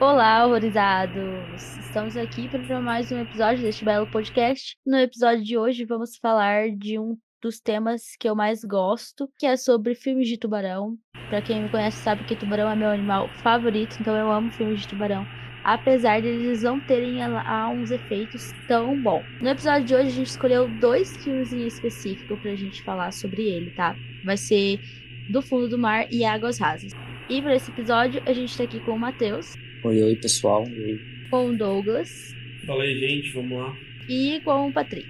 Olá, horrorizados! Estamos aqui para mais um episódio deste belo podcast. No episódio de hoje, vamos falar de um dos temas que eu mais gosto, que é sobre filmes de tubarão. Para quem me conhece, sabe que tubarão é meu animal favorito, então eu amo filmes de tubarão. Apesar de eles não terem lá uns efeitos tão bons. No episódio de hoje, a gente escolheu dois filmes em específico pra gente falar sobre ele, tá? Vai ser Do Fundo do Mar e Águas Rasas. E para esse episódio, a gente tá aqui com o Matheus, Oi, oi, pessoal. Oi. com o Douglas Fala aí, gente, vamos lá. e com o Patrick.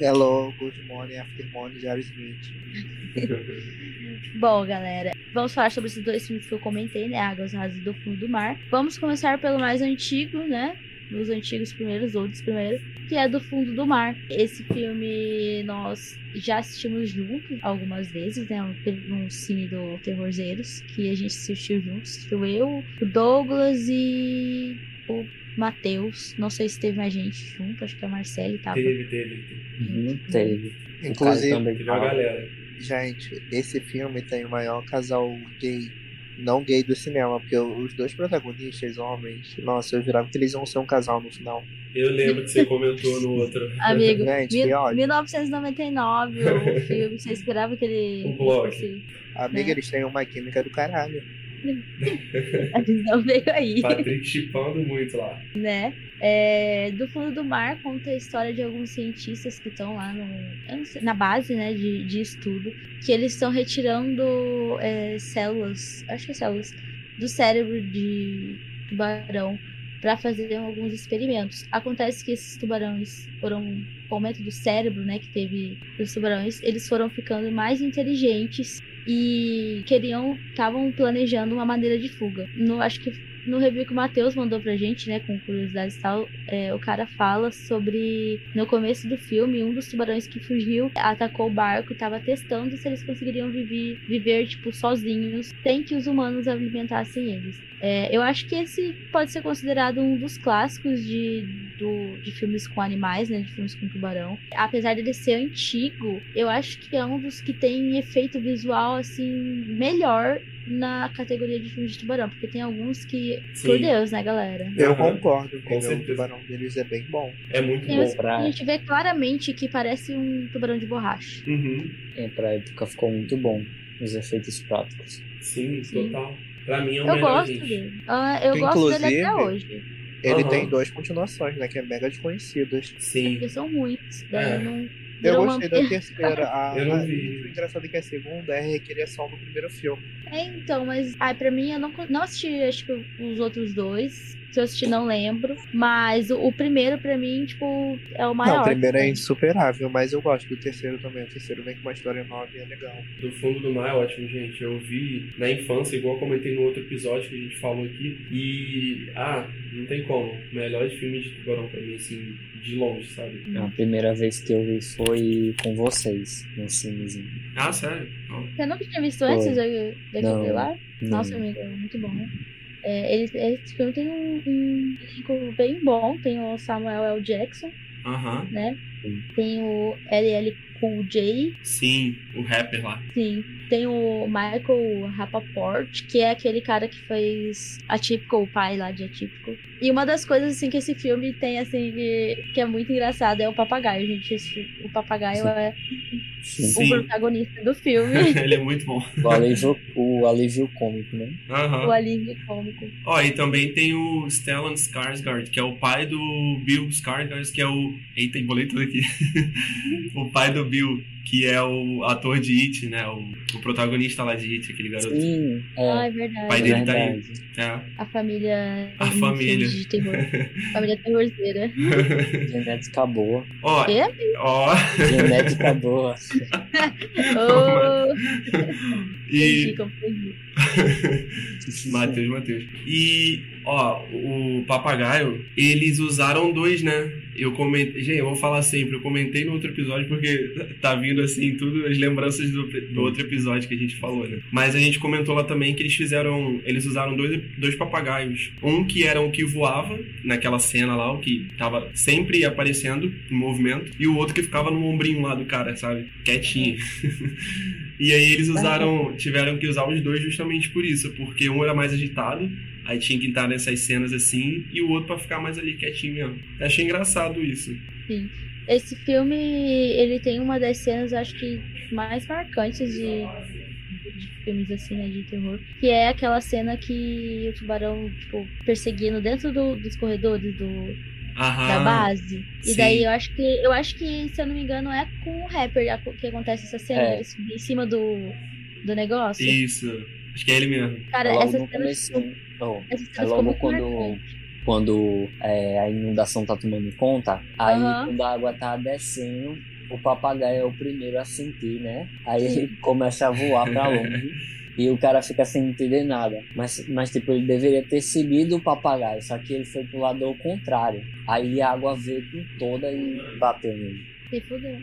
Hello, good morning, after morning, Jerry Smith. Bom, galera, vamos falar sobre esses dois filmes que eu comentei, né? Águas Rasas e do Fundo do Mar. Vamos começar pelo mais antigo, né? Dos antigos primeiros, ou dos primeiros, que é do Fundo do Mar. Esse filme nós já assistimos juntos algumas vezes, né? Um- Teve um cine do Terrorzeiros que a gente assistiu juntos. Assistiu eu, o Douglas e o Matheus. Não sei se teve mais gente junto, acho que a Marcele tava. Teve, teve, teve. Uhum, teve. O cara Inclusive, também Tá Teve uma fala. galera. gente, esse filme tem o maior casal gay, não gay do cinema, porque os dois protagonistas, homens, nossa, eu jurava que eles iam ser um casal no final. Eu lembro que você comentou no outro. Amigo, Gente, mil- que ódio. 1999, o filme, você esperava que ele O blog. fosse- Amiga, É. eles têm uma química do caralho. A visão veio aí, Patrick chipando muito lá. né? É, do fundo do mar conta a história de alguns cientistas que estão lá no, eu não sei, na base né, de, de estudo, que eles estão retirando é, células, acho que é células, do cérebro de tubarão para fazer alguns experimentos. Acontece que esses tubarões foram, com o aumento do cérebro né, que teve dos tubarões, eles foram ficando mais inteligentes e queriam, estavam planejando uma maneira de fuga. No, acho que no review que o Matheus mandou pra gente, né, com curiosidades e tal, é, o cara fala sobre, no começo do filme, um dos tubarões que fugiu atacou o barco e tava testando se eles conseguiriam viver, viver tipo, sozinhos, sem que os humanos alimentassem eles. É, eu acho que esse pode ser considerado um dos clássicos de, do- de filmes com animais, né, de filmes com tubarão. Apesar dele ser antigo, eu acho que é um dos que tem efeito visual, assim, melhor na categoria de filmes de tubarão, porque tem alguns que por Deus, né, galera? Eu Aham. concordo, Com entendeu? O certeza. tubarão deles é bem bom. É muito Tem bom. uns Bom, que pra, a gente vê claramente que parece um tubarão de borracha. Uhum. é, pra época ficou muito bom. Os efeitos práticos. Sim, Sim. total. Pra mim é o Eu melhor, gosto gente. dele. Ah, eu gosto dele até Inclusive, hoje. Ele Aham. tem duas continuações, né? Que é mega desconhecidas. Sim. Porque são muitos. Daí É. eu não. Eu Virou gostei uma- da terceira. A, Eu não a- vi. O engraçado é que a segunda é a recriação do primeiro filme. É, então, mas ai, pra mim eu não, con- não assisti acho que os outros dois. Se eu assisti, não lembro. Mas o, o primeiro, pra mim, tipo, é o maior. não, o primeiro é né? insuperável, mas eu gosto do terceiro também. O terceiro vem com uma história nova e é legal. Do fundo do mar é ótimo, gente. Eu vi na infância, igual eu comentei no outro episódio que a gente falou aqui. E. Ah, não tem como. Melhor filme de tubarão pra mim, assim, de longe, sabe? É A primeira vez que eu vi foi com vocês, no cinezinho. Ah, sério? Não. Você nunca tinha visto antes Foi. da- daquele Não. lá? Nossa, Hum. Não. amigo, é muito bom. É, ele- esse filme tem um, um elenco bem bom. Tem o Samuel L. Jackson. Aham. né? Sim. Tem o LL Cool J, Sim, o rapper lá. sim. Tem o Michael Rappaport, que é aquele cara que fez Atípico, o pai lá de Atípico. E uma das coisas, assim, que esse filme tem, assim, que, que é muito engraçado é o papagaio, gente. Esse- o papagaio Sim. é Sim. Sim. o protagonista do filme, Ele é muito bom. O alívio, o alívio cômico, né? Aham. o alívio cômico. Ó, e também tem o Stellan Skarsgård, que é o pai do Bill Skarsgård, que é o... Eita, embolei tudo aqui. o pai do Bill, que é o ator de It, né? O, o protagonista lá de It, aquele garoto. Sim, Ah, é, é verdade. Pai é dele tá aí. verdade. É. A família. A família. De terror. família terrorzeira. Genética boa. Ó, Quê? ó, Genética boa. Oh, e... confundi, confundi. Matheus, Matheus. E, ó, o papagaio, eles usaram dois, né? Eu comentei. Gente, eu vou falar sempre, eu comentei no outro episódio porque tá vindo assim tudo as lembranças do, do outro episódio que a gente falou, né? Mas a gente comentou lá também que eles fizeram. Eles usaram dois, dois papagaios. Um que era o que voava naquela cena lá, o que tava sempre aparecendo em movimento, e o outro que ficava no ombrinho lá do cara, sabe? Quietinho. E aí eles usaram, tiveram que usar os dois justamente por isso, porque um era mais agitado Aí tinha que estar nessas cenas assim e o outro pra ficar mais ali quietinho mesmo. Eu achei engraçado isso. Esse filme, ele tem uma das cenas, eu acho que, mais marcantes de, de filmes assim, né, de terror. Que é aquela cena que o tubarão, tipo, perseguindo dentro do- dos corredores do, Aham. da base. E Ah, sim. daí eu acho que, eu acho que, se eu não me engano, é com o rapper a- que acontece essa cena, É. ele subir em cima do, do negócio. Isso. Acho que é ele mesmo. Cara, É logo essa no cena, começo. Não, essa é cena ficou logo muito quando, marcante. quando é, a inundação tá tomando conta, aí Aham. quando a água tá descendo, o papagaio é o primeiro a sentir, né? Aí Sim. ele começa a voar pra longe. E o cara fica sem entender nada. Mas, mas, tipo, ele deveria ter seguido o papagaio, só que ele foi pro lado ao contrário. Aí a água veio com toda e bateu nele. Se fudeu.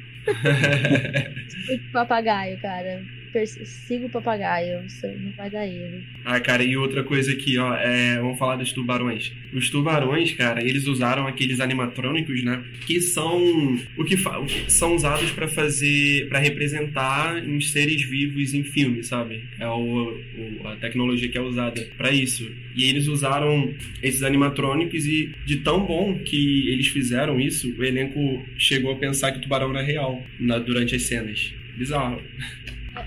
o papagaio, cara. Perse- Siga o papagaio, você não vai dar erro. Ah, cara, e outra coisa aqui, ó, é, vamos falar dos tubarões. Os tubarões, cara, eles usaram aqueles animatrônicos, né, que são o que, fa- o que são usados pra fazer, pra representar uns seres vivos em filme, sabe? É o, o- a tecnologia que é usada pra isso. E eles usaram esses animatrônicos e de tão bom que eles fizeram isso, o elenco chegou a pensar que o tubarão era real na- durante as cenas. Bizarro.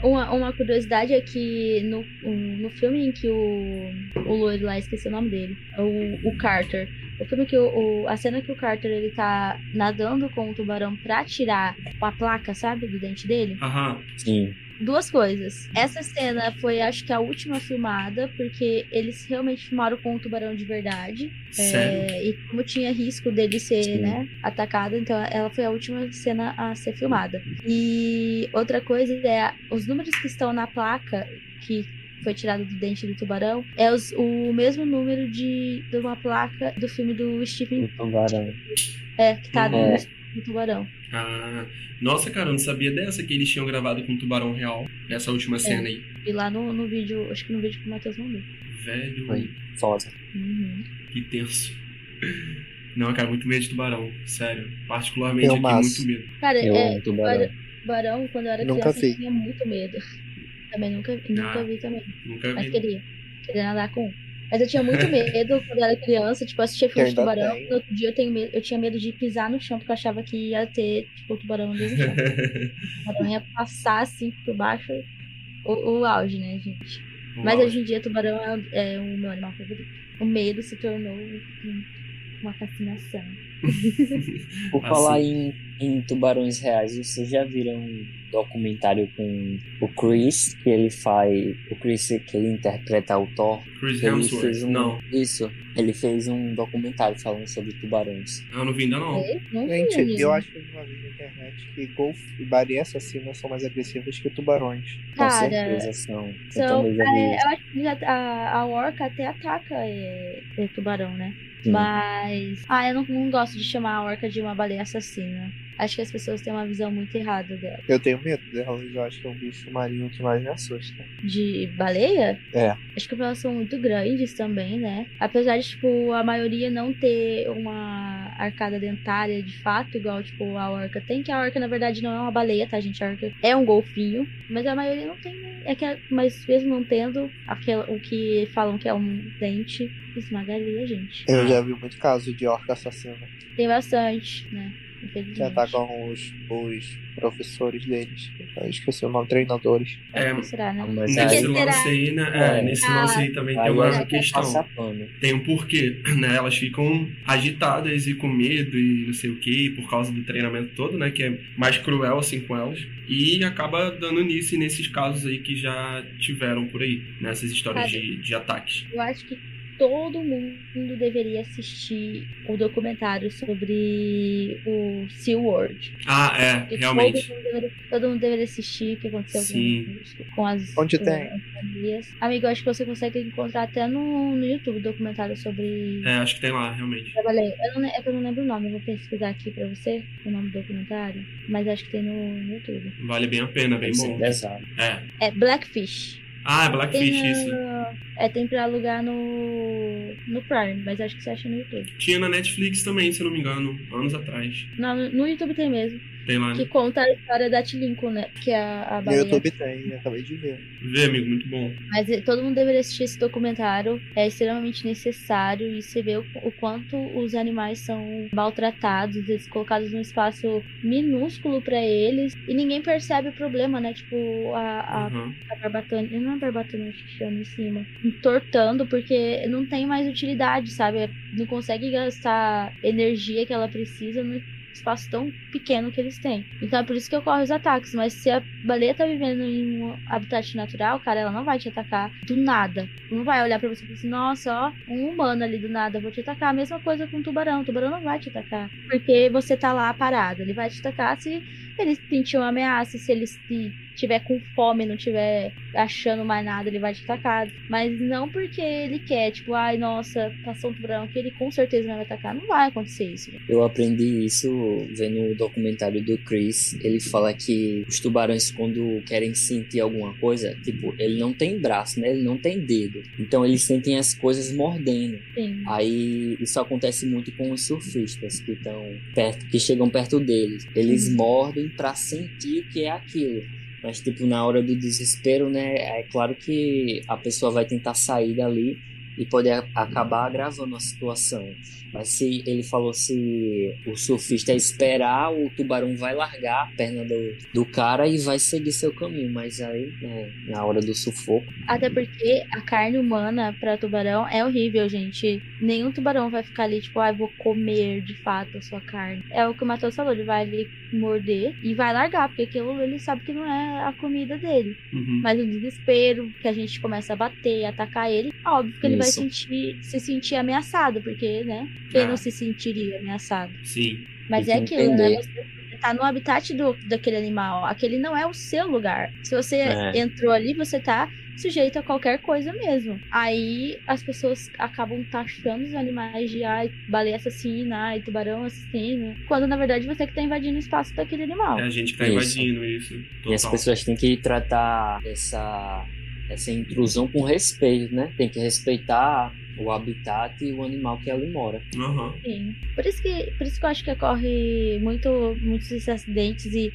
Uma, uma curiosidade é que no, um- no filme em que o, o loiro lá, esqueci o nome dele, o, o Carter. O filme que o, o- a cena que o Carter ele tá nadando com o tubarão pra tirar a placa, sabe, do dente dele. Aham. Sim. Duas coisas. Essa cena foi, acho que, a última filmada, porque eles realmente filmaram com o tubarão de verdade. Sério. É, e como tinha risco dele ser Sim. né, atacado, então ela foi a última cena a ser filmada. E outra coisa é os números que estão na placa que foi tirado do dente do tubarão é os- o mesmo número de, de uma placa do filme do O Stephen um tubarão. é que tá no É. do tubarão. Ah, nossa, cara, eu não sabia dessa que eles tinham gravado com o Tubarão Real, essa É. última cena aí. E lá no, no vídeo, acho que no vídeo que o Matheus mandou. Velho, Foi. Foda. Uhum. que tenso. Não, cara, muito medo de tubarão, sério. Particularmente Eu aqui, maço. muito medo. Cara, Eu é, amo tubarão. tubarão, quando eu era Nunca criança, vi. eu tinha muito medo. Também nunca, nunca Ah. vi também. Nunca Mas vi. queria. Queria nadar com um. Mas eu tinha muito medo quando eu era criança, tipo, eu assistia filme Eu de ainda tubarão. tenho. No outro dia eu, tenho medo, eu tinha medo de pisar no chão, porque eu achava que ia ter, tipo, o tubarão ali no chão. O tubarão ia passar assim por baixo. O, o auge, né, gente? Mas Uau. hoje em dia, tubarão é, é o meu animal favorito. O medo se tornou um- uma fascinação. Por Ah, falar em, em tubarões reais, vocês já viram um documentário com o Chris, que ele faz. O Chris é que ele interpreta o Thor. Chris Ele Hemsworth, fez um. é não. Isso. Ele fez um documentário falando sobre tubarões. Ah, não vi ainda não. É, não sei, Gente, eu menino. acho que eu vi uma vez na internet que golfe e baleia assassinas são mais agressivas que tubarões. Com Cara, certeza são. Eu Então, também já vi é, isso. eu acho que já- a, a orca até ataca é, o tubarão, né? Sim. Mas. Ah, eu não, não gosto de chamar a orca de uma baleia assassina. Acho que as pessoas têm uma visão muito errada dela. Eu tenho medo delas, eu acho que é um bicho marinho que mais me assusta. De baleia? É. Acho que elas são muito grandes também, né? Apesar de, tipo, a maioria não ter uma arcada dentária de fato, igual, tipo, a orca tem, que a orca, na verdade, não é uma baleia, tá, gente? A orca é um golfinho, mas a maioria não tem, né? É que, a- mas mesmo não tendo aquela, o que falam que é um dente, esmagaria a gente. Eu já vi muito caso de orca assassina Tem bastante, né? que Infelizmente. atacam os, os professores deles. Eu esqueci o nome, treinadores. É, Como será, né? Mas aí, nesse Será? lance aí, né? é, É. nesse Ah, lance aí também aí tem eu acho uma que é questão. passar pano. Tem um porquê, né? Elas ficam agitadas e com medo e não sei o que, por causa do treinamento todo, né? Que é mais cruel, assim, com elas. E acaba dando nisso e nesses casos aí que já tiveram por aí, nessas histórias Sabe? de, de ataques. Eu acho que todo mundo deveria assistir o documentário sobre o SeaWorld. Ah, é, Que realmente. Todo mundo, deveria, todo mundo deveria assistir o que aconteceu Sim. com, com as Onde com tem? as famílias. Amigo, acho que você consegue encontrar até no, no YouTube documentário sobre. É, acho que tem lá, realmente. Trabalhei. Eu não, le- é que eu não lembro o nome, eu vou pesquisar aqui pra você o nome do documentário, mas acho que tem no, no YouTube. Vale bem a pena, bem Deve ser bom. é pesado. É. É Blackfish. Ah, é Tem Blackfish, isso. no- É, tem pra alugar no, no Prime, mas acho que você acha no YouTube. Tinha na Netflix também, se eu não me engano, anos atrás. Não, no- no YouTube tem mesmo. Tem lá, Que né? conta a história da Tilinko, né? Que é a, a No baleia. YouTube tem, acabei de ver. Vê, amigo, muito bom. Mas eh, todo mundo deveria assistir esse documentário. É extremamente necessário e você vê o, o quanto os animais são maltratados, eles colocados num espaço minúsculo pra eles e ninguém percebe o problema, né? Tipo, a, a, Aham. a barbatana, não é barbatana acho que chama em cima, entortando porque não tem mais utilidade, sabe? Não consegue gastar energia que ela precisa no espaço tão pequeno que eles têm. Então é por isso que ocorre os ataques. Mas se a baleia tá vivendo em um habitat natural, cara, ela não vai te atacar do nada. Não vai olhar pra você e falar assim, nossa, ó, um humano ali do nada, eu vou te atacar. A mesma coisa com o tubarão. O tubarão não vai te atacar. Porque você tá lá parado. Ele vai te atacar se ele sentir uma ameaça, se ele se tiver com fome, não tiver achando mais nada, ele vai te atacar. Mas não porque ele quer, tipo, ai, nossa, passou um tubarão aqui, ele com certeza não vai atacar. Não vai acontecer isso. né? Eu aprendi isso vendo o documentário do Chris. Ele fala que os tubarões, quando querem sentir alguma coisa, tipo, ele não tem braço, né? Ele não tem dedo. Então, eles sentem as coisas mordendo. Sim. Aí, isso acontece muito com os surfistas que estão perto, que chegam perto deles. Eles Uhum. mordem pra sentir o que é aquilo. Mas, tipo, na hora do desespero, né? É claro que a pessoa vai tentar sair dali e poder a- acabar agravando a situação. Mas se ele falou se o surfista esperar, o tubarão vai largar a perna do, do cara e vai seguir seu caminho. Mas aí, né, na hora do sufoco, Até porque a carne humana pra tubarão é horrível, gente. Nenhum tubarão vai ficar ali, tipo, ai, vou comer de fato a sua carne. É o que o Matheus falou, ele vai ali morder e vai largar, porque aquilo ele sabe que não é a comida dele. Uhum. Mas o desespero, que a gente começa a bater, atacar ele, óbvio que ele vai Isso. sentir, se sentir ameaçado, porque, né? Quem Ah. não se sentiria ameaçado? Sim. Mas Tem é que aquilo, né? entender. Você você tá no habitat do, daquele animal. Aquele não é o seu lugar. Se você É. entrou ali, você tá sujeito a qualquer coisa mesmo. Aí as pessoas acabam taxando os animais de ai, baleia assassina, ai, tubarão assassino. Quando na verdade você que tá invadindo o espaço daquele animal. É a gente que tá Isso. invadindo isso. e as Total. pessoas têm que tratar essa, essa intrusão com respeito, né? Tem que respeitar o habitat e o animal que ali mora. Aham. Sim. Por isso que, por isso que eu acho que ocorre muito, muitos esses acidentes e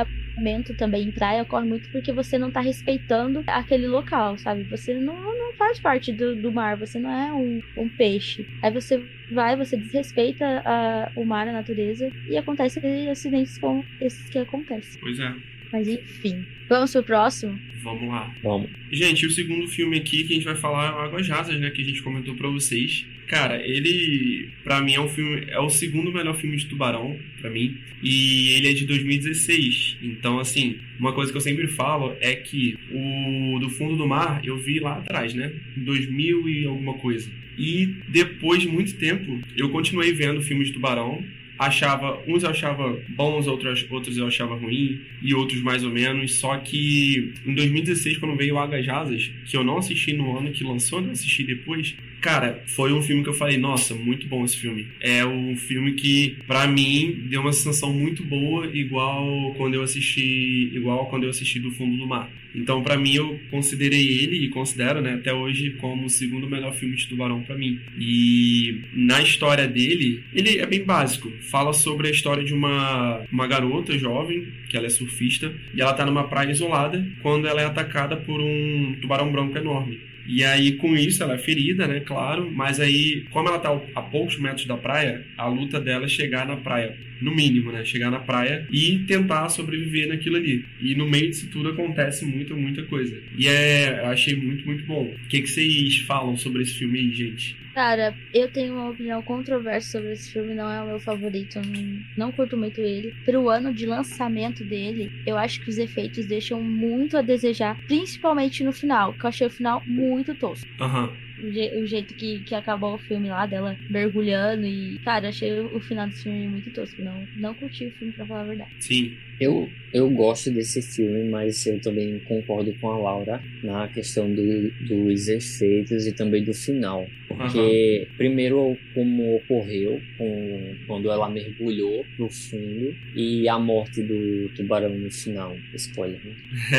afogamento também em praia ocorre muito porque você não tá respeitando aquele local, sabe? Você não, não faz parte do, do mar, você não é um, um peixe. Aí você vai, você desrespeita a- o mar, a natureza e acontece acidentes como esses que acontecem. Pois é. Mas enfim, vamos pro próximo? Vamos lá. Vamos. Gente, o segundo filme aqui que a gente vai falar é o Águas Rasas, né? Que a gente comentou pra vocês. Cara, ele, pra mim, é um filme. É o segundo melhor filme de tubarão, pra mim. E ele é de 2016. Então, assim, uma coisa que eu sempre falo é que o do fundo do mar eu vi lá atrás, né? Em 2000 e alguma coisa. E depois de muito tempo, eu continuei vendo filmes de tubarão. Achava, uns eu achava bons, outros, outros eu achava ruim, e outros mais ou menos. Só que em 2016, quando veio o Águas Rasas, que eu não assisti no ano que lançou, não assisti depois, cara, foi um filme que eu falei, nossa, muito bom esse filme. É um filme que, pra mim, deu uma sensação muito boa, igual quando eu assisti. Igual quando eu assisti do fundo do mar. Então, pra mim, eu considerei ele e considero, né, até hoje, como o segundo melhor filme de tubarão pra mim. E na história dele, ele é bem básico. Fala sobre a história de uma, uma garota jovem, que ela é surfista, e ela tá numa praia isolada quando ela é atacada por um tubarão branco enorme. E aí, com isso, ela é ferida, né? Claro, mas aí, como ela tá a poucos metros da praia, a luta dela é chegar na praia, no mínimo, né? Chegar na praia e tentar sobreviver naquilo ali. E no meio disso tudo acontece muita, muita coisa. E é, eu achei muito, muito bom. O que, que vocês falam sobre esse filme aí, gente? Cara, eu tenho uma opinião controversa sobre esse filme, não é o meu favorito, eu não, não curto muito ele. Pro ano de lançamento dele, eu acho que os efeitos deixam muito a desejar, principalmente no final, que eu achei o final muito tosco. Aham, o, je- o jeito que, que acabou o filme lá, dela mergulhando e. Cara, achei o, o final desse filme muito tosco. Não, não curti o filme, pra falar a verdade. Sim. Eu, eu gosto desse filme, mas eu também concordo com a Laura na questão do, dos efeitos e também do final. Porque, primeiro, como ocorreu com, quando ela mergulhou pro fundo e a morte do tubarão no final. Spoiler, né?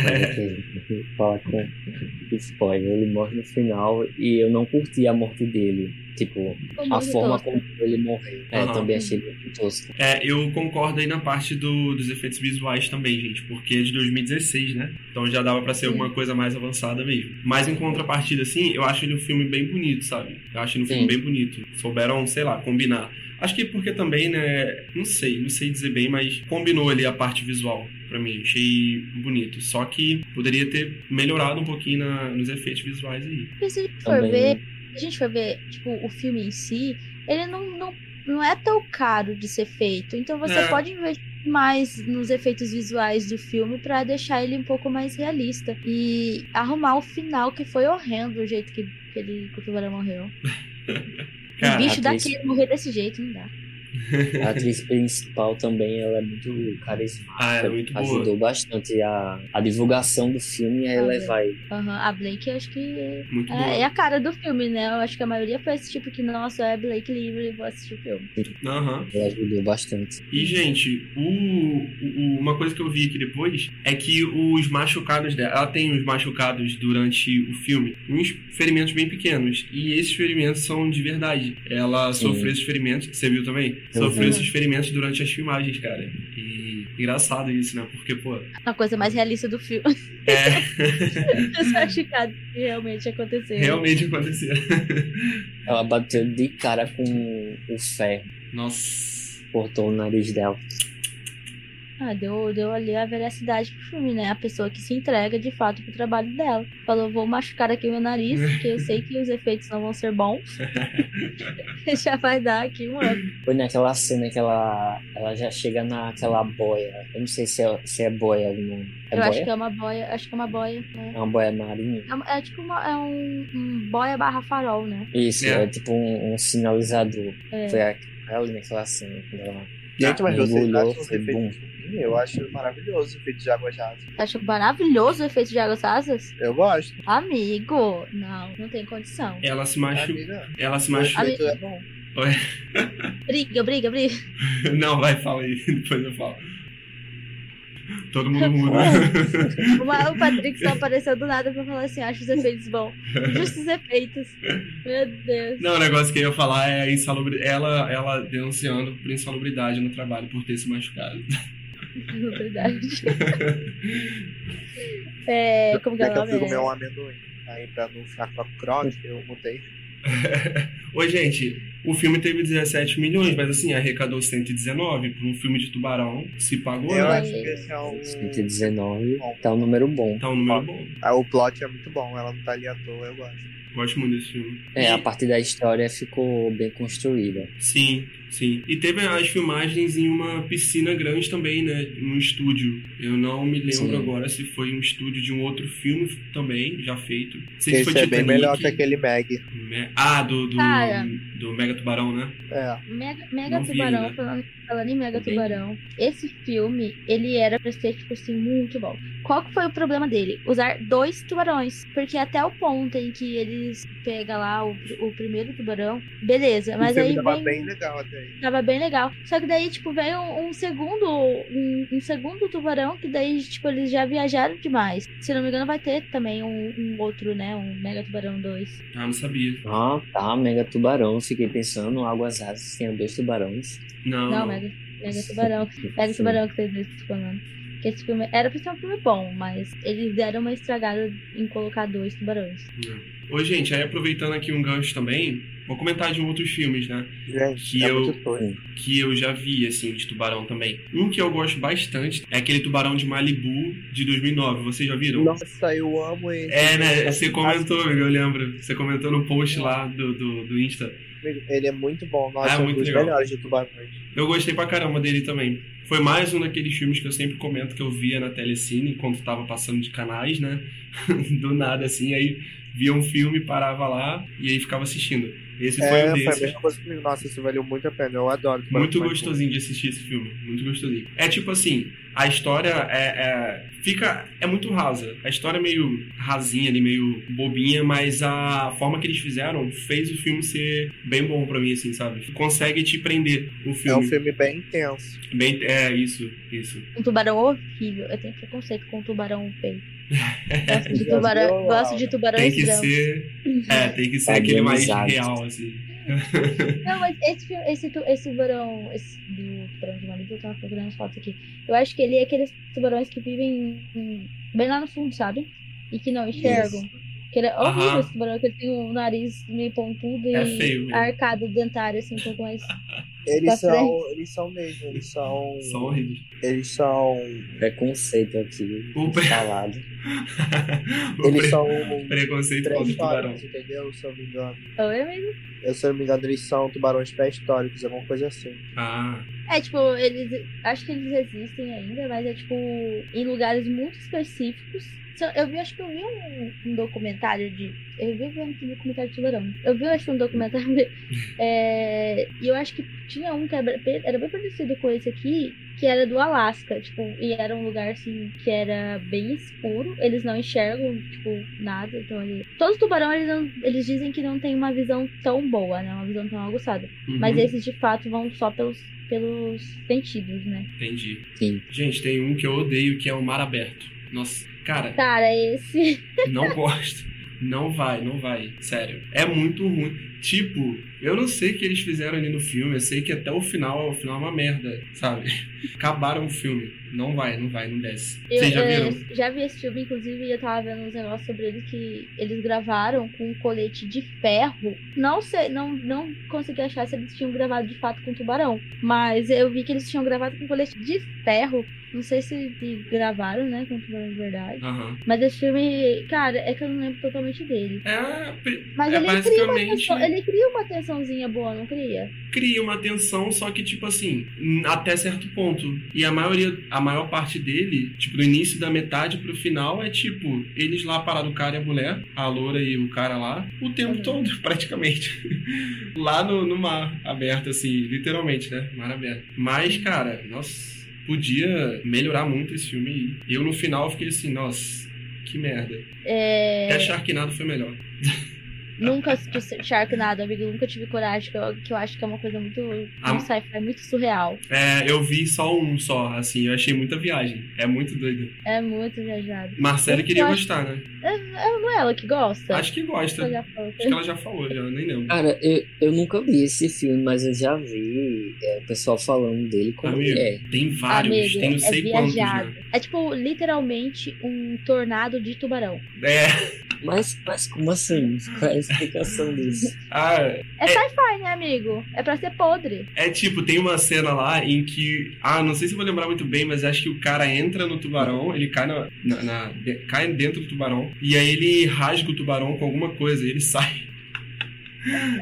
Mas, assim, Fala com spoiler. Ele morre no final e eu não curti a morte dele. Tipo, Ficou a muito forma tosco. como ele morreu. É, Aham. também achei muito tosco. É, eu concordo aí na parte do- dos efeitos visuais também, gente, porque é de 2016, né? Então já dava pra Sim. ser alguma coisa mais avançada mesmo. Mas em contrapartida, assim, eu acho ele um filme bem bonito, sabe? Eu acho ele um filme Sim. bem bonito. Souberam, sei lá, combinar. Acho que porque também, né? Não sei, não sei dizer bem, mas combinou ali a parte visual pra mim. Achei bonito. Só que poderia ter melhorado um pouquinho na- nos efeitos visuais aí. Porque se a gente for Também, ver, né? se a gente for ver, tipo, o filme em si, ele não, não, não é tão caro de ser feito. Então você É. pode investir mais nos efeitos visuais do filme pra deixar ele um pouco mais realista. E arrumar o final que foi horrendo o jeito que, que ele que o tubarão morreu. Cara, o bicho atriz- daquele morrer desse jeito, não dá. A atriz principal também, ela é muito carismática. Ah, ela é muito boa. Ajudou bastante a, a divulgação do filme é a Ah, elevar ele. Aham, A Blake, eu acho que é, muito bom. é a cara do filme, né? Eu acho que a maioria foi esse tipo que, nossa, é Blake livre, vou assistir o filme. Aham. Ela ajudou bastante. E, gente, o- o- uma coisa que eu vi aqui depois é que os machucados dela, ela tem uns machucados durante o filme, uns ferimentos bem pequenos, e esses ferimentos são de verdade. Ela Sim. sofreu esses ferimentos, você viu também? Eu sofreu vi. esses ferimentos durante as filmagens, cara. E engraçado isso, né? Porque, pô, A coisa mais realista do filme. é, Eu só acho que realmente aconteceu. realmente aconteceu. Ela bateu de cara com o ferro, Nossa. cortou o nariz dela. Ah, deu, deu ali a veracidade pro filme, né? A pessoa que se entrega de fato pro trabalho dela. Falou, vou machucar aqui meu nariz, porque eu sei que os efeitos não vão ser bons. Já vai dar aqui um ano. Foi naquela cena que ela, ela já chega naquela boia. Eu não sei se é, se é boia ou não. É eu boia? acho que é uma boia, acho que é uma boia, né? É uma boia marinha. É, uma- é tipo uma, é um, um boia barra farol, né? Isso, É. é, tipo um, um sinalizador. É. Foi aquela naquela cena quando ela Gente, mas vocês mergulhou, acham os foi bom. efeitos ruins? Eu acho maravilhoso o efeito de água jato. Acho maravilhoso o efeito de águas rasas. Eu gosto. Amigo, não, não tem condição. Ela se Pra machucou. mim, não. Ela se O machucou. efeito é bom. Briga, briga, briga. Não, vai, fala aí, depois eu falo. Todo mundo muda. Uma- o Patrick só apareceu do nada pra falar assim, acho os efeitos bons. Justos efeitos. Meu Deus. Não, o negócio que eu ia falar é a insalubri... ela, ela denunciando por insalubridade no trabalho por ter se machucado. Na verdade. é, como que Já ela que eu fui é? comer um amendoim. Aí pra não ficar com a croque, eu mudei. Oi, gente, o filme teve 17 milhões, mas assim, arrecadou 119 por um filme de tubarão, se pagou, Eu né? acho que esse é um... 119 tá um número bom. Tá um número bom. Ah, o plot é muito bom, ela não tá ali à toa, eu gosto. Gosto muito desse filme. É, a E- partir da história ficou bem construída. Sim, sim. E teve as filmagens em uma piscina grande também, né? Num estúdio. Eu não me lembro Sim. agora se foi um estúdio de um outro filme também, já feito. Não sei se Esse foi é bem Titanic. melhor que aquele Meg. Me- Ah, do, do, Cara. do Mega Tubarão, né? É. Mega, Mega Não vi Tubarão, ainda. falando, falando em Mega Não vi. Tubarão, esse filme, ele era pra ser, tipo assim, muito bom. Qual que foi o problema dele? Usar dois tubarões. Porque até o ponto em que eles pegam lá o, o primeiro tubarão, beleza. Mas o filme aí tava vem... bem legal até aí. Tava bem legal. Só que daí, tipo, veio um, um segundo. Um, um segundo tubarão, que daí, tipo, eles já viajaram demais. Se não me engano, vai ter também um, um outro, né? Um Mega Tubarão 2. Ah, não sabia. Ah, tá, mega tubarão. Fiquei pensando, águas rasas tinha dois tubarões. Não, Não, não. Mega, Mega Tubarão. Mega Sim. Tubarão que fez isso, tô falando. Porque esse filme era pra ser um filme bom, mas eles deram uma estragada em colocar dois tubarões. Oi, gente, aí aproveitando aqui um gancho também, vou comentar de outros filmes, né? Gente, Que é eu- muito doido. Que eu já vi, assim, de tubarão também. Um que eu gosto bastante é aquele Tubarão de Malibu de 2009. Vocês já viram? Nossa, eu amo esse. É, né? Você comentou, amigo, eu lembro. Você comentou no post lá do, do, do Insta. comigo. Ele é muito bom. Nossa, Ah, é muito um dos legal. melhores de Tubarão. Mas Eu gostei pra caramba dele também. Foi mais um daqueles filmes que eu sempre comento que eu via na telecine enquanto tava passando de canais, né? Do nada, assim, aí via um filme, parava lá e aí ficava assistindo. Esse foi É, um foi a desses. mesma coisa comigo. Nossa, isso valeu muito a pena. Eu adoro. Tubarão Muito Martins. gostosinho de assistir esse filme. Muito gostosinho. É tipo assim, a história é, é- fica. é muito rasa. A história é meio rasinha ali, meio bobinha, mas a forma que eles fizeram fez o filme ser bem bom pra mim, assim, sabe? Consegue te prender o É um filme. filme bem intenso. Bem, é isso, isso. Um tubarão horrível. Eu tenho preconceito com um tubarão feio. Gosto de Já tubarão, viu, gosto Laura? de tubarão Tem que estranho. ser. É, tem que ser Tá aquele mais organizado. real, assim. Não, mas esse filme, esse, tu- esse tubarão, esse do tubarão de Malibu, eu tava procurando as fotos aqui. Eu acho que ele é aqueles tubarões que vivem em- bem lá no fundo, sabe? E que não enxergam. Que ele é horrível Aham. esse tubarão, que ele tem um nariz meio pontudo É e feio mesmo. arcado dentário, assim, um pouco mais. Eles Pra são, eles são mesmo, eles são. São horríveis. Eles são. Preconceito aqui. O, pre... Falado. o Eles pre- são preconceito contra o tubarão. pré-históricos, entendeu? Se eu não me engano. Ou é mesmo? Eu, se eu não me engano, eles são tubarões pré-históricos, alguma coisa assim. Ah, É, tipo, eles. Acho que eles existem ainda, mas é tipo em lugares muito específicos. Se eu- Eu vi, acho que eu vi um, um documentário de. Eu vi um documentário de tubarão. Eu vi, acho que um documentário. é, e eu acho que tinha um que era bem era bem parecido com esse aqui, que era do Alasca. Tipo, e era um lugar assim que era bem escuro. Eles não enxergam, tipo, nada. Então ele. Todos os tubarões, eles, não- eles dizem que não tem uma visão tão boa, né? Uma visão tão aguçada. uhum, Mas esses de fato vão só pelos, pelos sentidos, né? entendi. Sim. Gente, tem um que eu odeio que é o mar aberto. Nossa, cara, Cara, esse. não gosto. Não vai, não vai. Sério. É muito ruim. Tipo, eu não sei o que eles fizeram ali no filme. Eu sei que até o final, o final é uma merda, sabe? Acabaram o filme. Não vai, não vai, não desce. Eu, Vocês já é, viram? já vi esse filme, inclusive, e eu tava vendo uns negócios sobre ele que eles gravaram com um colete de ferro. Não sei, não, não consegui achar se eles tinham gravado de fato com tubarão. Mas eu vi que eles tinham gravado com colete de ferro. Não sei se se gravaram, né, com tubarão de verdade. Aham. Mas esse filme, cara, é que eu não lembro totalmente dele. É, pri- Mas É, né? ele, cria uma basicamente- tensão, ele cria uma tensãozinha boa, não cria? cria uma tensão, só que, tipo assim, hum, até certo ponto. E a maioria, a maior parte dele, tipo, do início da metade pro final, é tipo, eles lá pararam o cara e a mulher, a loura e o cara lá, o tempo Uhum. todo, praticamente. lá no, no mar aberto, assim, literalmente, né? Mar aberto. Mas, cara, nossa, podia melhorar muito esse filme. E eu, no final, fiquei assim, nossa, que merda. É... Até Sharknado foi melhor. Nunca assisti Sharknado, amigo. Nunca tive coragem, que eu, que eu acho que é uma coisa muito. Ah. Um sci-fi muito surreal. É, eu vi só um só, assim, eu achei muita viagem. É muito doido. É muito viajado. Marcelo Eu queria acho- gostar, né? É, é- não é ela que gosta? Acho que é gosta. Olha Acho a foto. que ela já falou, já, nem lembro. Cara, eu, eu nunca vi esse filme, mas eu já vi é, o pessoal falando dele como Amigo, é. tem vários, Amigo, tem não é sei quantos, viajado. né? É tipo, literalmente, um tornado de tubarão. É, Mas, mas como assim? Qual é a explicação disso? ah, É, sci-fi, né, amigo? É pra ser podre. é tipo, tem uma cena lá em que. Ah, não sei se eu vou lembrar muito bem, mas acho que o cara entra no tubarão, ele cai na. na- na- de- cai dentro do tubarão, e aí ele rasga o tubarão com alguma coisa, e ele sai.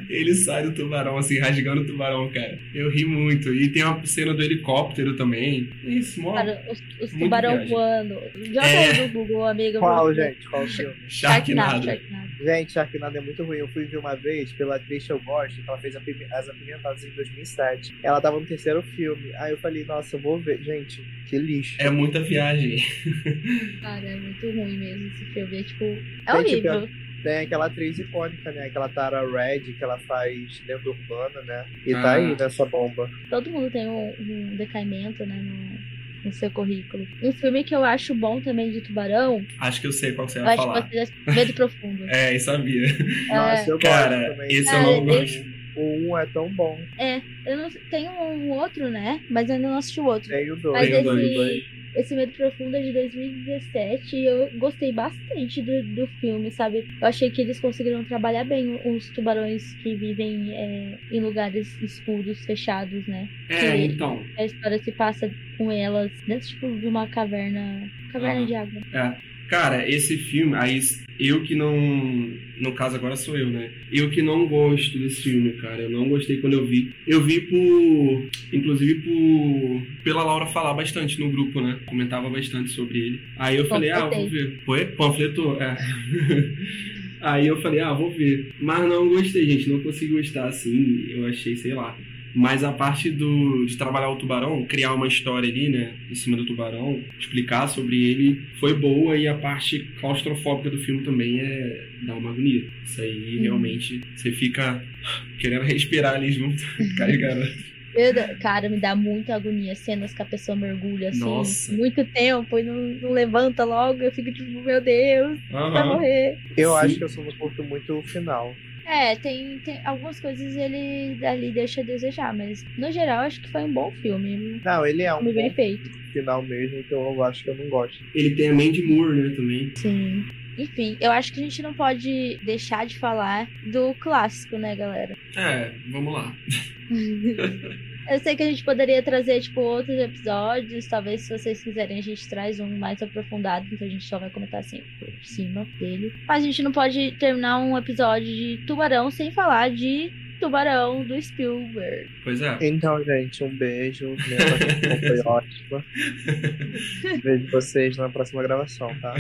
Ele sai do tubarão, assim, rasgando o tubarão, cara. Eu ri muito. E tem uma cena do helicóptero também. Isso, mó Cara, os, os Muito tubarão viagem. voando. Joga É. aí no Google, amigo. Qual, vou- gente? Qual filme? Sharknado. Sharknado. Sharknado. Gente, Sharknado é muito ruim. Eu fui ver uma vez pela atriz que eu gosto, que ela fez Apime- As Apimentadas em 2007. Ela tava no terceiro filme. Aí eu falei, nossa, eu vou ver. Gente, que lixo. É muita viagem. Cara, é muito ruim mesmo esse filme. É tipo. É Tem, horrível. Tem aquela atriz icônica, né? Aquela Tara Red, que ela faz Lenda Urbana, né? E tá Ah. aí nessa bomba. todo mundo tem um, um decaimento, né, no, no seu currículo. Um filme que eu acho bom também de Tubarão, Acho que eu sei qual que você eu vai acho falar. que vocês Medo Profundo. É, eu sabia. Nossa, eu Cara, gosto também. esse eu não O- gosto. O 1 é tão bom. Eu não sei- tem um outro, né, mas eu ainda não assisti o outro. Tem o 2. Mas Tem o esse, esse Medo Profundo é de 2017 e eu gostei bastante do, do filme, sabe? Eu achei que eles conseguiram trabalhar bem os tubarões que vivem é, em lugares escuros, fechados, né? É, Que- então. A história se passa com elas dentro tipo, de uma caverna, caverna Aham. de água. É. Cara, esse filme, aí eu que não. No caso agora sou eu, né? Eu que não gosto desse filme, cara. Eu não gostei quando eu vi. Eu vi por. Inclusive por. Pela Laura falar bastante no grupo, né? Comentava bastante sobre ele. Aí eu falei, ah, vou ver. Foi? Panfletou? É. Aí eu falei, ah, vou ver. Mas não gostei, gente. Não consegui gostar assim. Eu achei, sei lá. Mas a parte do, de trabalhar o tubarão, criar uma história ali, né, em cima do tubarão, explicar sobre ele, foi boa e a parte claustrofóbica do filme também é dá uma agonia. Isso aí Uhum. realmente você fica querendo respirar ali junto, carregando. Meu Deus, cara, me dá muita agonia cenas que a pessoa mergulha assim, Nossa. muito tempo e não, não levanta logo. Eu fico tipo, meu Deus, vai Aham. morrer. Eu Sim. acho que eu só não curto muito o final. É, tem, tem algumas coisas ele ali deixa a desejar, mas no geral acho que foi um bom filme. Não, ele é Um um filme bem bom feito. final mesmo, então eu acho que eu não gosto. Ele tem a Mandy Moore, né, também. Sim. Enfim, eu acho que a gente não pode deixar de falar do clássico, né, galera? É, vamos lá. Eu sei que a gente poderia trazer, tipo, outros episódios. Talvez, se vocês quiserem, a gente traz um mais aprofundado. Então, a gente só vai comentar assim por cima dele. Mas a gente não pode terminar um episódio de Tubarão sem falar de Tubarão do Spielberg. Pois é. Então, gente, um beijo. Minha participação foi ótima. Vejo vocês na próxima gravação, tá?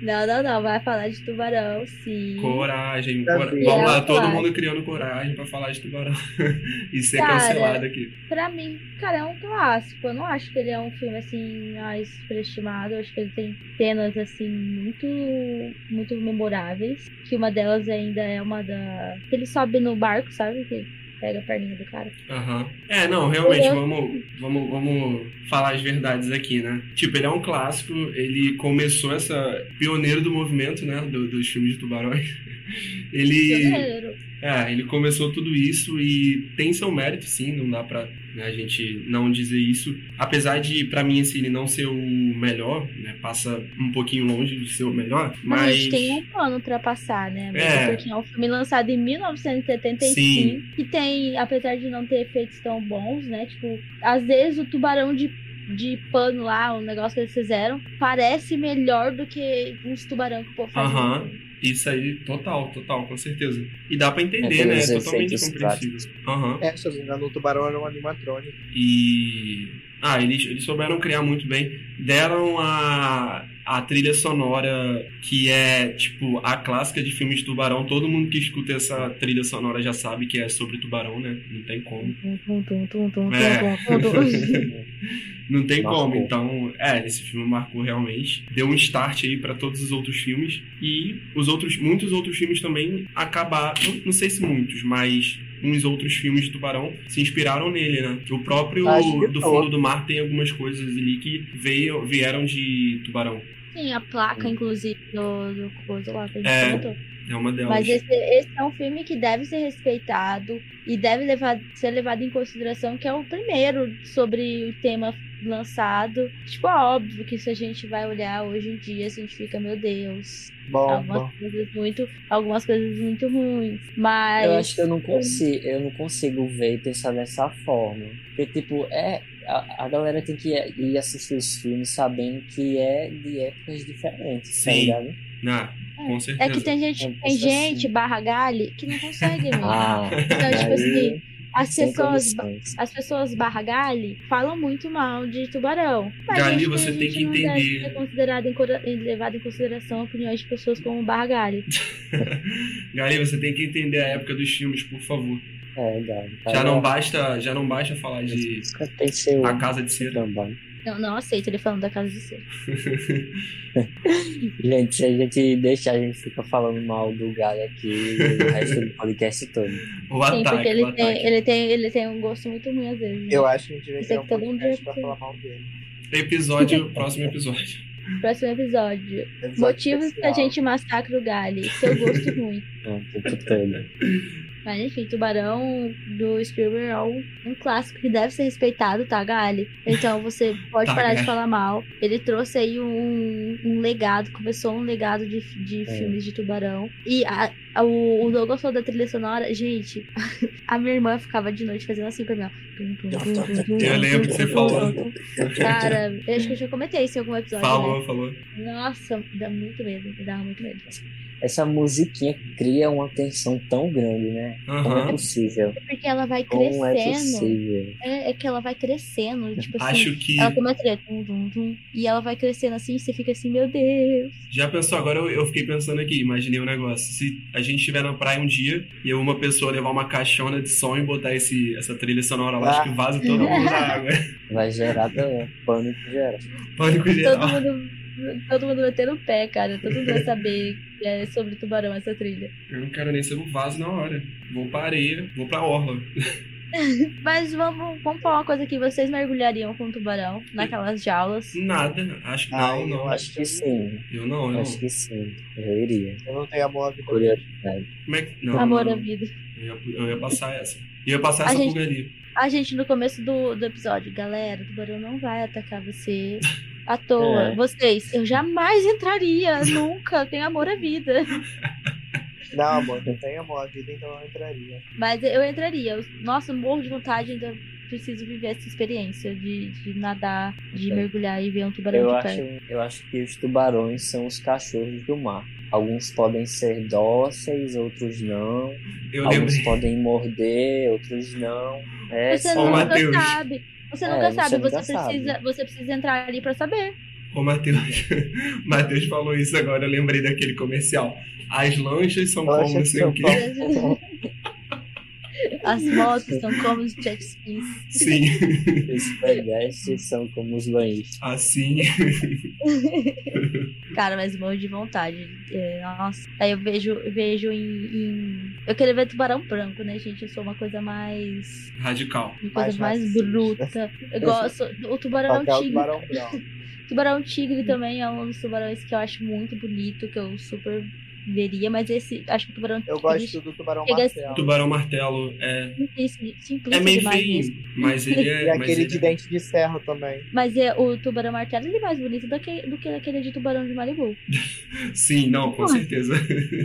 Não, não, não. Vai falar de Tubarão, sim. Coragem, Tá cora... bem. vamos lá, Coragem. todo mundo criando coragem pra falar de tubarão. Isso é Cara. cancelado aqui. Pra mim, cara, é um clássico. Eu não acho que ele é um filme, assim, mais superestimado. Eu acho que ele tem cenas, assim, muito, muito memoráveis. Que uma delas ainda é uma da... que ele sobe no barco, sabe? Que pega a perninha do cara. Aham. É, não, realmente, Eu- vamos, vamos, vamos falar as verdades aqui, né? Tipo, ele é um clássico, ele começou essa. pioneiro do movimento, né? do- dos filmes de tubarões. Ele. Pioneiro. É, ele começou tudo isso e tem seu mérito, sim, não dá pra né, a gente não dizer isso. Apesar de, pra mim, assim, ele não ser o melhor, né? Passa um pouquinho longe de ser o melhor, Mas a mas. gente tem um ano pra passar, né? Mas É. Porque é um filme lançado em 1975. Sim. Que tem, apesar de não ter efeitos tão bons, né? Tipo, às vezes o tubarão de, de pano lá, o negócio que eles fizeram, parece melhor do que uns tubarão que o povo faz. Aham. Isso aí, total, total, com certeza. E dá pra entender, É, né? pelos É totalmente efeitos compreensível. Aham. É, se eu não me engano, o tubarão era um animatrônico. E. Ah, eles, eles souberam criar muito bem. Deram a, a trilha sonora, que é, tipo, a clássica de filmes de tubarão. Todo mundo que escuta essa trilha sonora já sabe que é sobre tubarão, né? Não tem como. Tum, tum, tum, tum, tum, É. tum, tum, tum. Não tem Marcou. como. Então, é, esse filme marcou realmente. Deu um start aí pra todos os outros filmes. E os outros, muitos outros filmes também acabaram. Não, não sei se muitos, mas uns outros filmes de Tubarão se inspiraram nele, né? O próprio Acho que Do não. Fundo do Mar tem algumas coisas ali que veio, vieram de Tubarão. Tem a placa, inclusive, do, do coisa lá que a gente É. comentou. É uma delas. Mas esse, esse é um filme que deve ser respeitado e deve levar, ser levado em consideração que é o primeiro sobre o tema lançado. Tipo, é óbvio que se a gente vai olhar hoje em dia, a gente fica, meu Deus, Bom, algumas bom. coisas muito, algumas coisas muito ruins. Mas Eu acho que eu não consigo, eu não consigo ver e pensar dessa forma. Porque, tipo, é, a, a galera tem que ir ir assistir os filmes sabendo que é de épocas diferentes, tá Sim. ligado? Ah, com certeza. é que tem gente, Eu tem penso gente, assim. barra galho, que não consegue, mano. Ah, Então, tipo aí, assim, as sem pessoas, condições. as pessoas barra Gali falam muito mal de tubarão. Mas Gali, acho você a tem gente que não deve entender. ser considerado em cora- e levado em consideração opiniões de pessoas como barra Gali. Galera, você tem que entender a época dos filmes, por favor. É, Gabi, tá Já não ligado? basta, já não basta falar de Nunca pensei A Casa de Cera. também. Eu não aceito ele falando da casa de ser. Gente, se a gente deixar, a gente fica falando mal do Galho aqui o resto do podcast todo. O Sim, porque ataque, o ele tá, é um ataque. tem, ele, tem, ele tem um gosto muito ruim às vezes. né? Eu acho que a gente devia Tem criar um que todo mundo podcast pra ver. falar mal dele. Episódio, próximo episódio. Próximo episódio. Episódio Motivos que a especial. gente massacra o Gali. Seu gosto ruim. É, o tempo todo. Mas enfim, Tubarão do Spielberg é um, um clássico que deve ser respeitado, tá, Gali? Então você pode Tá, parar de Gali. falar mal. Ele trouxe aí um, um legado, começou um legado de, de É. filmes de Tubarão. E a- a- o, o Douglas falou da trilha sonora. Gente, a minha irmã ficava de noite fazendo assim pra mim, ó. Tum, tum, tum, tum, tum, Eu lembro tum, que você tum, falou. tum, tum. Cara, eu acho que eu já comentei isso em algum episódio. Falou, falou. Né? Nossa, dá muito medo, me dava muito medo. Essa musiquinha cria uma tensão tão grande, né? Como é Aham. possível? Porque ela vai Como é Tá crescendo. possível? É, é que ela vai crescendo, tipo assim. Acho que. Ela tem uma trilha. tum, tum, tum, e ela vai crescendo assim, você fica assim, meu Deus. Já pensou? Agora eu, eu fiquei pensando aqui, imaginei um negócio. Se a gente estiver na praia um dia e uma pessoa levar uma caixona de som e botar esse, essa trilha sonora lá, acho que vaza todo mundo na Ah. água. Vai gerar também. Pânico gera. Pânico Todo geral. mundo, todo mundo vai ter no pé, cara. Todo mundo vai saber é, sobre tubarão essa trilha. Eu não quero nem ser um vaso na hora. Vou pra areia, vou pra orla. Mas vamos, vamos falar uma coisa aqui. Vocês mergulhariam com o tubarão naquelas jaulas? Nada, acho que Ah, não, eu não. Acho que sim. Eu não, eu não. Acho que sim. Eu iria. Eu não tenho amor à vida. Curiosidade. Como é que. Não, Amor não, à não. vida. Eu ia, eu ia passar essa. Eu ia passar A essa gente- pulga ali. A gente, no começo do, do episódio, galera, o tubarão não vai atacar você à toa. É. Vocês, eu jamais entraria, nunca. Tenho amor à vida. Não, amor, eu tenho amor à vida, então eu entraria. Mas eu entraria. Eu- Nossa, eu morro de vontade, ainda preciso viver essa experiência de, de nadar, de Ok. mergulhar e ver um tubarão Eu de acho, perto. eu acho que os tubarões são os cachorros do mar. Alguns podem ser dóceis, outros não. Eu Alguns lembrei. podem morder, outros não. É, Você Ô, são- nunca Matheus. sabe. Você É, nunca você sabe, nunca você precisa, você precisa entrar ali pra saber. Ô, Matheus. Matheus falou isso agora, eu lembrei daquele comercial. As lanchas são como não Lanchas sei o são quê. como- As motos são como os jet skis. Sim, Os pedestres são como os lãs. assim. Cara, mas morro de vontade. É, nossa. Aí eu vejo, eu vejo em, em- Eu queria ver tubarão branco, né, gente? Eu sou uma coisa mais. Radical. Uma coisa Mais mais, racista. bruta. Eu gosto. O tubarão Papel do tigre. Barão Brown. Tubarão Tigre também é um dos tubarões que eu acho muito bonito, que eu super veria, mas esse, acho que o tubarão Eu tigre gosto do Tubarão Chega assim. a Marcelo. Tubarão martelo é, simples, simples é meio demais. feio, mas ele é. E mas aquele ele- de dente de serra também. Mas é, o tubarão martelo ele é mais bonito do que, do que aquele de tubarão de Malibu. é- Sim, não, com Ah. certeza.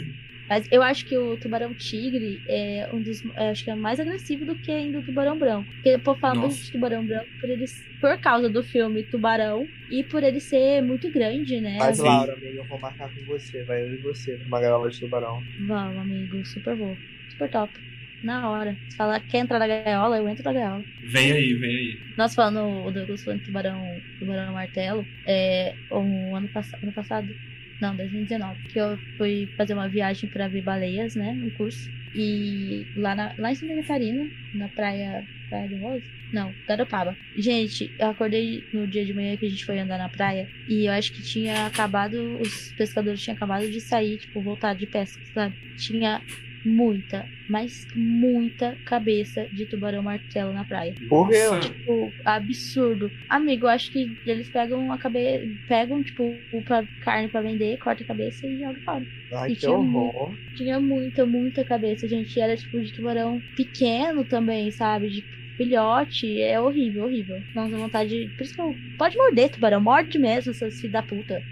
Mas eu acho que o tubarão tigre é um dos. eu acho que é mais agressivo do que ainda o tubarão branco. Porque o povo fala muito Nossa. de tubarão branco por, ele, por causa do filme Tubarão e por ele ser muito grande, né? Mas, sim. Laura, amiga, eu vou marcar com você. Vai eu e você numa gaiola de tubarão. Vamos, amigo, super bom. Super top. Na hora. Se falar quer entrar na gaiola, eu entro na gaiola. Vem aí, vem aí. Nós falando, o Douglas falando de Tubarão, Tubarão Martelo, é, um ano, pass ano passado, não, 2019, que eu fui fazer uma viagem pra ver baleias, né, um curso. E lá, na, lá em Santa Catarina, na praia, praia do Rosa? Não, Garopaba. Gente, eu acordei no dia de manhã que a gente foi andar na praia e eu acho que tinha acabado, os pescadores tinham acabado de sair, tipo, voltar de pesca, sabe? Tinha muita, mas muita cabeça de tubarão martelo na praia. Morreu. Nossa, Tipo, absurdo. Amigo, eu acho que eles pegam a cabeça. Pegam, tipo, o pra- carne pra vender, corta a cabeça e joga fora. Ai, E que tinha horror. Tinha muita, muita cabeça, gente. E era tipo de tubarão pequeno também, sabe? De filhote. É horrível, horrível. Não dá vontade. Por isso que eu. Pode morder, tubarão. Morde mesmo, seus filhos da puta.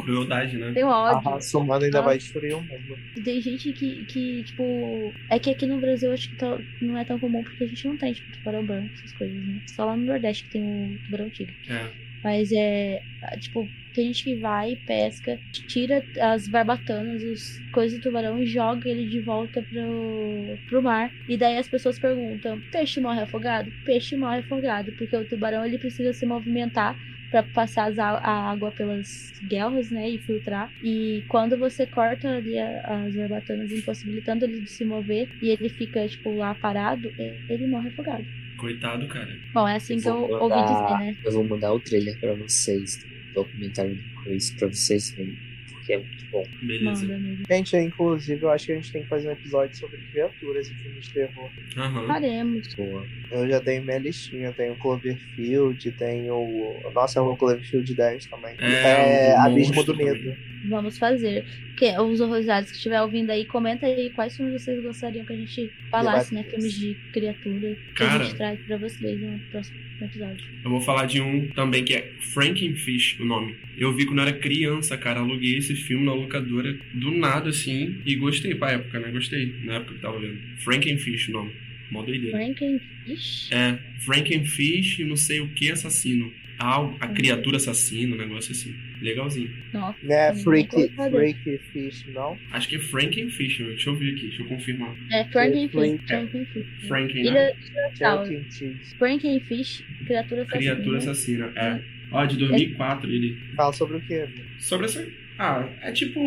crueldade, né? Tenho A ódio. raça humana ainda Nossa. vai destruir o mundo. E Tem gente que, que, tipo. É que aqui no Brasil acho que tá- não é tão comum porque a gente não tem, tipo, tubarão branco, essas coisas, né? Só lá no Nordeste que tem o tubarão tigre. É. Mas é, ah, tipo, tem gente que vai, pesca, tira as barbatanas, as coisas do tubarão e joga ele de volta pro, pro mar. E daí as pessoas perguntam: peixe morre afogado? Peixe morre afogado, porque o tubarão ele precisa se movimentar para passar as á- a água pelas guelras, né, e filtrar. E quando você corta ali a- as barbatanas, impossibilitando ele de se mover, e ele fica, tipo, lá parado, e- ele morre afogado. Coitado, cara. Bom, é assim que eu Vou ouvi mandar- dizer, né? Eu vou mandar o trailer pra vocês, do documentário do Chris, pra vocês verem. Porque que é muito bom. Beleza. Manda, amigo. Gente, é, inclusive, eu acho que a gente tem que fazer um episódio sobre criaturas e filmes de terror. Aham. Faremos. Boa. Eu já tenho minha listinha, tenho Cloverfield, tenho. o- Nossa, eu amo Cloverfield 10 também. É, É, o Abismo monstro do Medo. Vamos fazer. Porque os horrorizados que estiver ouvindo aí, comenta aí quais filmes vocês gostariam que a gente falasse, né? Filmes de criatura que a Cara. gente traz pra vocês no próximo episódio. Eu vou falar de um também que é Frankenfish, o nome. Eu vi quando eu era criança, cara. Aluguei esse filme na locadora do nada, assim. E gostei pra época, né? Gostei na época que eu tava vendo. Frankenfish, o nome. Mó doideira. Franken. Ixi. É, Frankenfish, não sei o que assassino. Algo, a criatura assassina, um negócio assim. Legalzinho. Nossa. Né? Sim, Freaky, com certeza. Freaky Fish, não? Acho que é Frankenfish, meu. deixa eu ver aqui, deixa eu confirmar. É Frankenfish. É. Frankenfish. Franken, né? Ilha dinossauro. Chuck and Cheese. Frankenfish, criatura assassina. Criatura assassina, é. Ó, de 2004 ele. Fala sobre o quê? né? Sobre essa. Ah, é tipo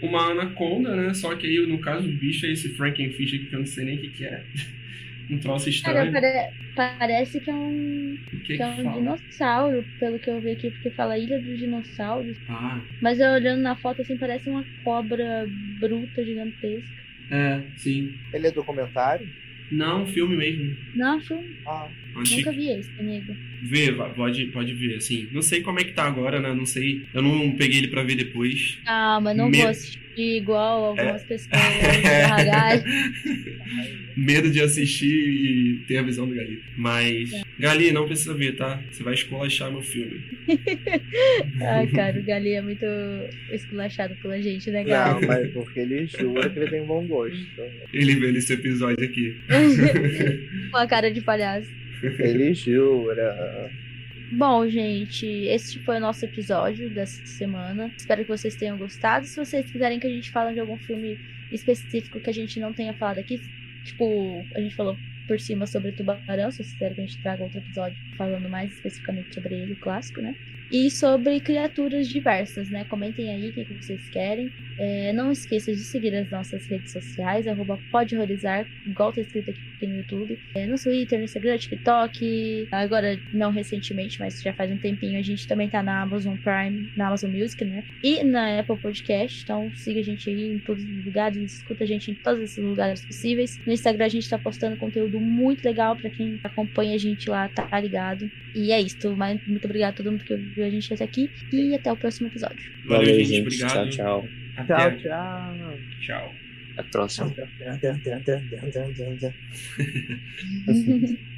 uma anaconda, né? Só que aí, no caso do bicho, é esse Frankenfish aqui que eu não sei nem o que, que é. Um troço Cara, estranho. pare- parece que é um, O que que que é um fala? dinossauro, pelo que eu vi aqui, porque fala Ilha dos Dinossauros. Ah, Mas eu olhando na foto assim, parece uma cobra bruta, gigantesca. é, sim. Ele é documentário? Não, um filme mesmo. Nossa, Ah, Antigo. nunca vi esse, amigo. Vê, va- pode, pode ver, assim. Não sei como é que tá agora, né? Não sei. Eu não peguei ele pra ver depois. Calma, não Me- vou assistir igual algumas pessoas né? de bagagem. Medo de assistir e ter a visão do Gali. Mas. Gali, não precisa ver, tá? Você vai esculachar meu filme. Ai, cara, o Gali é muito esculachado pela gente, né, não, Gali? mas porque ele jura que ele tem bom gosto. Ele vê esse episódio aqui. Com a cara de palhaço. Ele jura. É. Bom, gente, este foi o nosso episódio dessa semana. Espero que vocês tenham gostado. Se vocês quiserem que a gente fale de algum filme específico que a gente não tenha falado aqui, tipo, a gente falou por cima sobre Tubarão, se vocês quiserem que a gente traga outro episódio falando mais especificamente sobre ele, o clássico, né? E sobre criaturas diversas, né? Comentem aí o que, que vocês querem. É, não esqueça de seguir as nossas redes sociais, arroba pode horrorizar, igual tá escrito aqui no YouTube. É, no Twitter, no Instagram, TikTok. Agora, não recentemente, mas já faz um tempinho, a gente também tá na Amazon Prime, na Amazon Music, né? E na Apple Podcast. Então siga a gente aí em todos os lugares, escuta a gente em todos esses lugares possíveis. No Instagram a gente tá postando conteúdo muito legal pra quem acompanha a gente lá, tá ligado. E é isso. mas Muito obrigado a todo mundo que viu a gente até aqui. E até o próximo episódio. Valeu, gente. Tchau, Obrigado. tchau. Tchau, Até. tchau. Tchau. Até a próxima. Dun, dun, dun, dun, dun, dun, dun, dun.